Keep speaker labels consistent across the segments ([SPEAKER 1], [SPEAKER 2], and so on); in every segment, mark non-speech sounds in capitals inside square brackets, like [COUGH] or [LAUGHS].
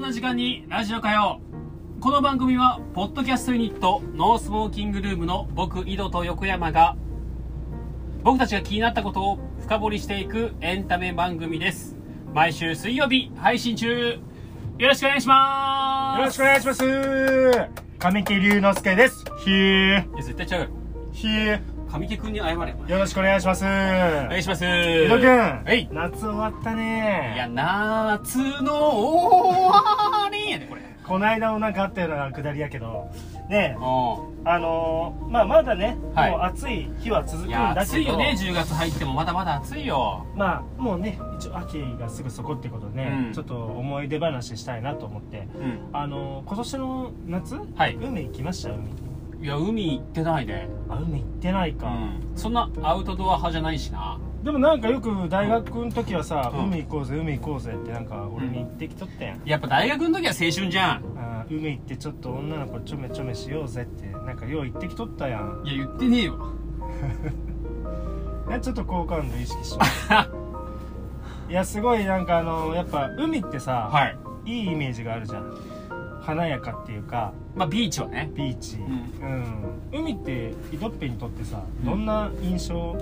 [SPEAKER 1] の時間にラジオ火曜この番組はポッドキャストユニットノースウォーキングルームの僕井戸と横山が僕たちが気になったことを深掘りしていくエンタメ番組です毎週水曜日配信中よろしくお願いしま
[SPEAKER 2] よろ
[SPEAKER 1] す
[SPEAKER 2] しくお願いします神木隆之介ですひー
[SPEAKER 1] いや絶対ちゃうよ
[SPEAKER 2] ひー
[SPEAKER 1] 神木君に謝れお前
[SPEAKER 2] よろしくお願いします
[SPEAKER 1] お願いします
[SPEAKER 2] 伊
[SPEAKER 1] 井
[SPEAKER 2] 藤くん、
[SPEAKER 1] はい
[SPEAKER 2] 夏終わった
[SPEAKER 1] いや
[SPEAKER 2] ね
[SPEAKER 1] 夏の終わりやねこれ
[SPEAKER 2] こないだもなんかあったような下りやけどね
[SPEAKER 1] お
[SPEAKER 2] えあのー、まあまだね、
[SPEAKER 1] はい
[SPEAKER 2] もう暑い日は続く
[SPEAKER 1] い
[SPEAKER 2] ん
[SPEAKER 1] や
[SPEAKER 2] だけど
[SPEAKER 1] 暑いよね10月入ってもまだまだ暑いよ
[SPEAKER 2] まあもうね一応秋がすぐそこってことで、
[SPEAKER 1] うん
[SPEAKER 2] ちょっと思い出話したいなと思って
[SPEAKER 1] うん
[SPEAKER 2] あのー、今年の夏、
[SPEAKER 1] はい
[SPEAKER 2] 海行きました海
[SPEAKER 1] いや海行ってないね
[SPEAKER 2] あ海行ってないか、
[SPEAKER 1] そんなアウトドア派じゃないしな
[SPEAKER 2] でもなんかよく大学の時はさ、
[SPEAKER 1] うん
[SPEAKER 2] 海行こうぜ海行こうぜってなんか俺に言ってきとったやん、
[SPEAKER 1] やっぱ大学の時は青春じゃん
[SPEAKER 2] あー海行ってちょっと女の子ちょめちょめしようぜってなんかよう言ってきとったやん
[SPEAKER 1] いや言ってねえ [LAUGHS] よ
[SPEAKER 2] ねちょっと好感度意識し
[SPEAKER 1] [LAUGHS]
[SPEAKER 2] よういやすごいなんかあのやっぱ海ってさ、
[SPEAKER 1] はい
[SPEAKER 2] い、いイメージがあるじゃん華やかっていうか
[SPEAKER 1] まあビーチはね
[SPEAKER 2] ビーチ、うんん海ってイドッペにとってさ
[SPEAKER 1] うん
[SPEAKER 2] どんな印象、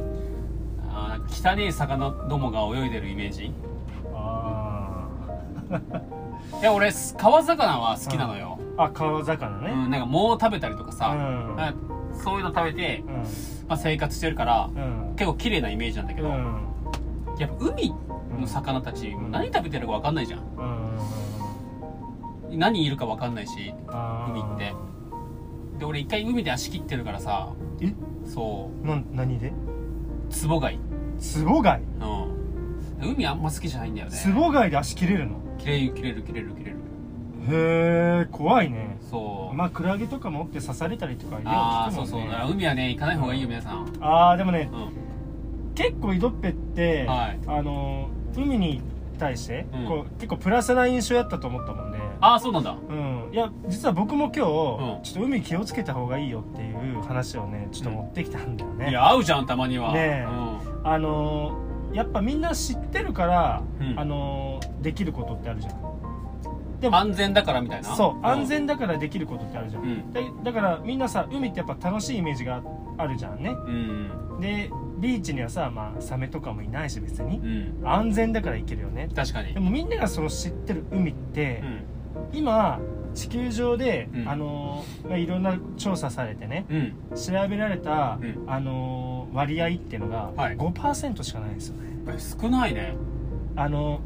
[SPEAKER 1] あーなんか汚い魚どもが泳いでるイメージい
[SPEAKER 2] あ [LAUGHS]
[SPEAKER 1] や俺川魚は好きなのよ、
[SPEAKER 2] ーあ川魚
[SPEAKER 1] う
[SPEAKER 2] ね、
[SPEAKER 1] ん、なんか藻を食べたりとか
[SPEAKER 2] う
[SPEAKER 1] さ、
[SPEAKER 2] ん
[SPEAKER 1] なんかそういうの食べて、
[SPEAKER 2] う
[SPEAKER 1] まあ、生活してるから
[SPEAKER 2] ん
[SPEAKER 1] 結構綺麗なイメージなんだけ
[SPEAKER 2] う
[SPEAKER 1] ど、
[SPEAKER 2] ん
[SPEAKER 1] やっぱ海の魚たち、
[SPEAKER 2] うん
[SPEAKER 1] 何食べてるか分かんないじゃん
[SPEAKER 2] うん
[SPEAKER 1] 何いるか分かんないし
[SPEAKER 2] あー
[SPEAKER 1] 海ってで俺一回海で足切ってるからさ
[SPEAKER 2] え
[SPEAKER 1] そ
[SPEAKER 2] な何で
[SPEAKER 1] う壺貝
[SPEAKER 2] ツボ貝
[SPEAKER 1] うん海あんま好きじゃないんだよね
[SPEAKER 2] ツボ貝で足切れるの
[SPEAKER 1] 切れる切れる切れる切れる
[SPEAKER 2] へえ怖いね
[SPEAKER 1] そう、
[SPEAKER 2] まあクラゲとか持って刺されたりとかよう
[SPEAKER 1] ああ
[SPEAKER 2] 聞く
[SPEAKER 1] そう
[SPEAKER 2] も
[SPEAKER 1] んそうだから
[SPEAKER 2] ね
[SPEAKER 1] 海はね行かない方がいいよ皆さん
[SPEAKER 2] あーでもね
[SPEAKER 1] うん
[SPEAKER 2] 結構井戸っぺって、
[SPEAKER 1] はい
[SPEAKER 2] あのー海に対して、
[SPEAKER 1] うん
[SPEAKER 2] こう結構プラスな印象やったと思ったもんね
[SPEAKER 1] ああそうなんだ
[SPEAKER 2] うん、いや実は僕も今日、
[SPEAKER 1] ん
[SPEAKER 2] ちょっと海気をつけた方がいいよっていう話をねちょっと持ってきたんだよね、
[SPEAKER 1] いや合うじゃんたまにはう
[SPEAKER 2] ねえ
[SPEAKER 1] ん
[SPEAKER 2] あのーやっぱみんな知ってるから、
[SPEAKER 1] うん
[SPEAKER 2] あのーできることってあるじゃんでも
[SPEAKER 1] 安全だからみたいな
[SPEAKER 2] そう、
[SPEAKER 1] ん
[SPEAKER 2] 安全だからできることってあるじゃん、
[SPEAKER 1] うん
[SPEAKER 2] でだからみんなさ海ってやっぱ楽しいイメージがあるじゃんね
[SPEAKER 1] うん
[SPEAKER 2] でビーチにはさ、まあ、サメとかもいないし別に
[SPEAKER 1] う、ん
[SPEAKER 2] 安全だから行けるよね
[SPEAKER 1] 確かに
[SPEAKER 2] でもみんながその知ってる海って
[SPEAKER 1] う、ん
[SPEAKER 2] 今地球上で、
[SPEAKER 1] うん
[SPEAKER 2] あのーまあ、いろんな調査されてね
[SPEAKER 1] うん
[SPEAKER 2] 調べられた、
[SPEAKER 1] うん
[SPEAKER 2] あのー割合っていうのが
[SPEAKER 1] はい
[SPEAKER 2] 5%しかないんですよね、
[SPEAKER 1] え少ないね
[SPEAKER 2] あの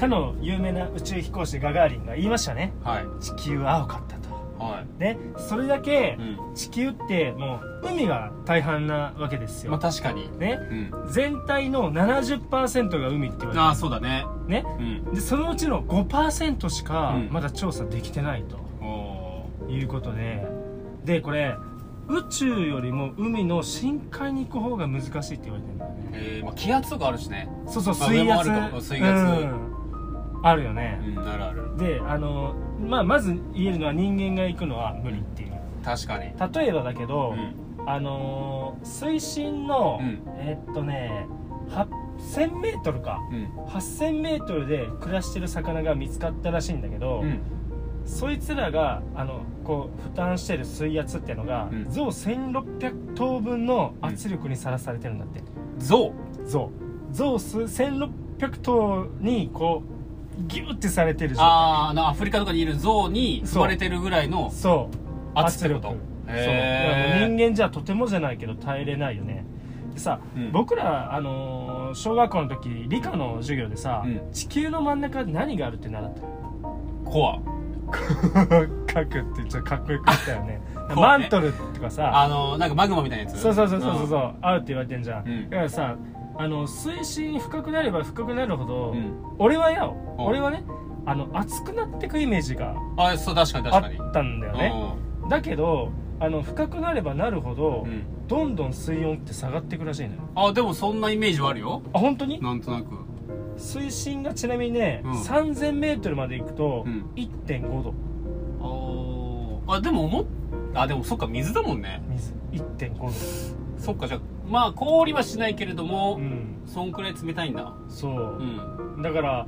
[SPEAKER 2] かの有名な宇宙飛行士ガガーリンが言いましたね
[SPEAKER 1] はい
[SPEAKER 2] 地球は青かったと
[SPEAKER 1] は
[SPEAKER 2] ねそれだけ
[SPEAKER 1] いうん
[SPEAKER 2] 地球ってもう海が大半なわけです
[SPEAKER 1] まあ
[SPEAKER 2] よ、
[SPEAKER 1] 確かに
[SPEAKER 2] ね
[SPEAKER 1] うん
[SPEAKER 2] 全体の70%が海って言われて
[SPEAKER 1] ああそうだね
[SPEAKER 2] るね
[SPEAKER 1] うん
[SPEAKER 2] でそのうちの5%しか
[SPEAKER 1] うん
[SPEAKER 2] まだ調査できてないと
[SPEAKER 1] お
[SPEAKER 2] いうことで、でこれ宇宙よりも海の深海に行く方が難しいって言われてるんだよね
[SPEAKER 1] ーえーまあ気圧とかあるしね
[SPEAKER 2] そうそう
[SPEAKER 1] まあ
[SPEAKER 2] 水
[SPEAKER 1] 上もあ
[SPEAKER 2] 圧
[SPEAKER 1] るかも水圧
[SPEAKER 2] うんあるよね、
[SPEAKER 1] うんあるある
[SPEAKER 2] であの、まあ、まず言えるのは人間が行くのは無理っていう
[SPEAKER 1] 確かに
[SPEAKER 2] 例えばだけど、
[SPEAKER 1] うん
[SPEAKER 2] あのー水深の、
[SPEAKER 1] うん
[SPEAKER 2] えっとね 8000m か
[SPEAKER 1] うん
[SPEAKER 2] 8000m で暮らしてる魚が見つかったらしいんだけど、
[SPEAKER 1] うん
[SPEAKER 2] そいつらがあのこう負担してる水圧っていうのが、
[SPEAKER 1] うん
[SPEAKER 2] 象1600頭分の圧力にさらされてるんだって、
[SPEAKER 1] 象
[SPEAKER 2] 象象数1600頭にこうギューってされてる状態
[SPEAKER 1] あーあのアフリカとかにいる象に
[SPEAKER 2] そう
[SPEAKER 1] 生まれてるぐらいの
[SPEAKER 2] そう
[SPEAKER 1] 圧ってこと
[SPEAKER 2] そうだから
[SPEAKER 1] へ
[SPEAKER 2] もう
[SPEAKER 1] え
[SPEAKER 2] 人間じゃとてもじゃないけど耐えれないよねでさ、
[SPEAKER 1] うん
[SPEAKER 2] 僕ら、あのー小学校の時理科の授業でさ、
[SPEAKER 1] うん
[SPEAKER 2] 地球の真ん中に何があるって習った
[SPEAKER 1] コア
[SPEAKER 2] [LAUGHS] 書くってちょっとかっこよく言ったよ [LAUGHS] ね
[SPEAKER 1] ね
[SPEAKER 2] マントルとかさ
[SPEAKER 1] あのなんかマグマみたいなやつ
[SPEAKER 2] そうそうそうそうそう、
[SPEAKER 1] う
[SPEAKER 2] あるって言われてんじゃん、
[SPEAKER 1] うん
[SPEAKER 2] だからさあの水深深くなれば深くなるほど、
[SPEAKER 1] ん、
[SPEAKER 2] 俺はや
[SPEAKER 1] うん
[SPEAKER 2] 俺はねあの熱くなってくイメージが
[SPEAKER 1] あそう確かに
[SPEAKER 2] あ
[SPEAKER 1] 確かに
[SPEAKER 2] ったんだよねだけどあの深くなればなるほど、
[SPEAKER 1] うんうん
[SPEAKER 2] どんどん水温って下がってくらしいのよ
[SPEAKER 1] あでもそんなイメージはあるよ
[SPEAKER 2] あ本当に
[SPEAKER 1] なんとなく
[SPEAKER 2] 水深がちなみにね、
[SPEAKER 1] うん
[SPEAKER 2] 3000m まで行くと、
[SPEAKER 1] うん
[SPEAKER 2] 1.5度
[SPEAKER 1] あーあでも思っあでもそっか水だもんね
[SPEAKER 2] 水1.5度
[SPEAKER 1] そっかじゃあまあ氷はしないけれども、
[SPEAKER 2] うん
[SPEAKER 1] そんくらい冷たいんだ
[SPEAKER 2] そうう、
[SPEAKER 1] ん
[SPEAKER 2] だから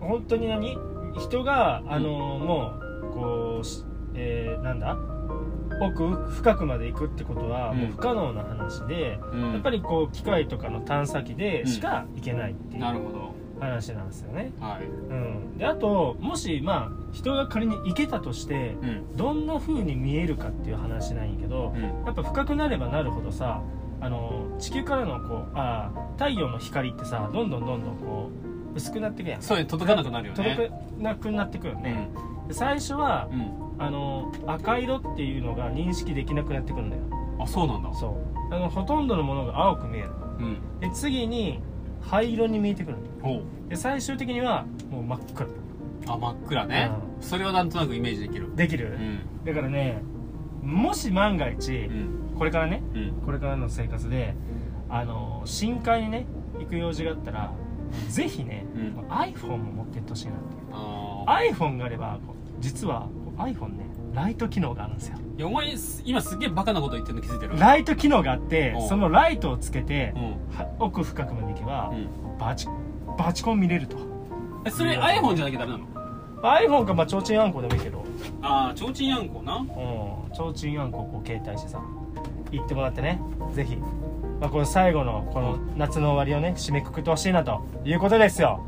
[SPEAKER 2] 本当に何人があのもうこうし、えーなんだ奥深くまで行くってことは
[SPEAKER 1] うん
[SPEAKER 2] もう不可能な話で、
[SPEAKER 1] うん
[SPEAKER 2] やっぱりこう機械とかの探査機でしか行けないってい
[SPEAKER 1] な
[SPEAKER 2] う
[SPEAKER 1] るほど
[SPEAKER 2] 話なんですよね。
[SPEAKER 1] はい
[SPEAKER 2] うん、であともしまあ人が仮に行けたとして
[SPEAKER 1] うん
[SPEAKER 2] どんな風に見えるかっていう話なんやけど、
[SPEAKER 1] うん
[SPEAKER 2] やっぱ深くなればなるほどさあの地球からのこうあー太陽の光ってさどんどんどんどんこう薄くなってくやん
[SPEAKER 1] そうね届かなくなるよね
[SPEAKER 2] 届かなくなってくよね、で最初は
[SPEAKER 1] うん
[SPEAKER 2] あの赤色っていうのが認識できなくなってくるんだよ
[SPEAKER 1] あそうなんだ
[SPEAKER 2] そうあのほとんどのものが青く見える
[SPEAKER 1] うん
[SPEAKER 2] で次に灰色に見えてくる
[SPEAKER 1] ほう
[SPEAKER 2] で最終的にはもう真っ暗
[SPEAKER 1] あ真っ暗ねそれはなんとなくイメージできる
[SPEAKER 2] でき
[SPEAKER 1] う
[SPEAKER 2] る、
[SPEAKER 1] ん
[SPEAKER 2] だからねもし万が一
[SPEAKER 1] う、ん
[SPEAKER 2] これからね
[SPEAKER 1] うん
[SPEAKER 2] これからの生活であの深海にね行く用事があったらぜひね、
[SPEAKER 1] うん
[SPEAKER 2] iPhone も持ってってほしいなって
[SPEAKER 1] あ
[SPEAKER 2] iPhone があればこう実はこう iPhone ねライト機能があるんですよ
[SPEAKER 1] ーいやお前今すっげえバカなこと言ってるの気づいてる
[SPEAKER 2] ライト機能があって
[SPEAKER 1] おう
[SPEAKER 2] そのライトをつけて
[SPEAKER 1] う、ん
[SPEAKER 2] は奥深くまで行けば
[SPEAKER 1] う、ん
[SPEAKER 2] バチバチコン見れると
[SPEAKER 1] えそれ iPhone じゃなきゃダメなの
[SPEAKER 2] iPhone かまあ提灯あんこでもいいけど
[SPEAKER 1] ああ提灯やんこな
[SPEAKER 2] うん提灯あんこをこう携帯してさ行ってもらってねぜひ、まあ、この最後のこの夏の終わりをね締めくくってほしいなということですよ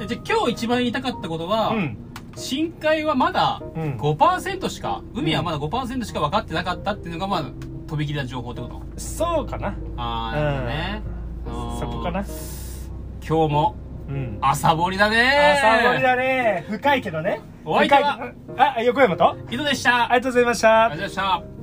[SPEAKER 1] えじゃあ今日一番言いたかったことは、
[SPEAKER 2] うん
[SPEAKER 1] 深海はまだ
[SPEAKER 2] うん
[SPEAKER 1] 5%しか、海はまだ5%しか分かってなかったっていうのが、まあ、飛び切りな情報ってこと
[SPEAKER 2] そうかな
[SPEAKER 1] ああ、なるほどね。うん
[SPEAKER 2] そこかな
[SPEAKER 1] 今日も
[SPEAKER 2] うん
[SPEAKER 1] 朝掘りだね
[SPEAKER 2] 朝盛りだね深いけどね
[SPEAKER 1] お相手は
[SPEAKER 2] 深いけどあ横山と
[SPEAKER 1] 井戸でした。あ
[SPEAKER 2] あ
[SPEAKER 1] り
[SPEAKER 2] りがとうございました
[SPEAKER 1] がとうございました。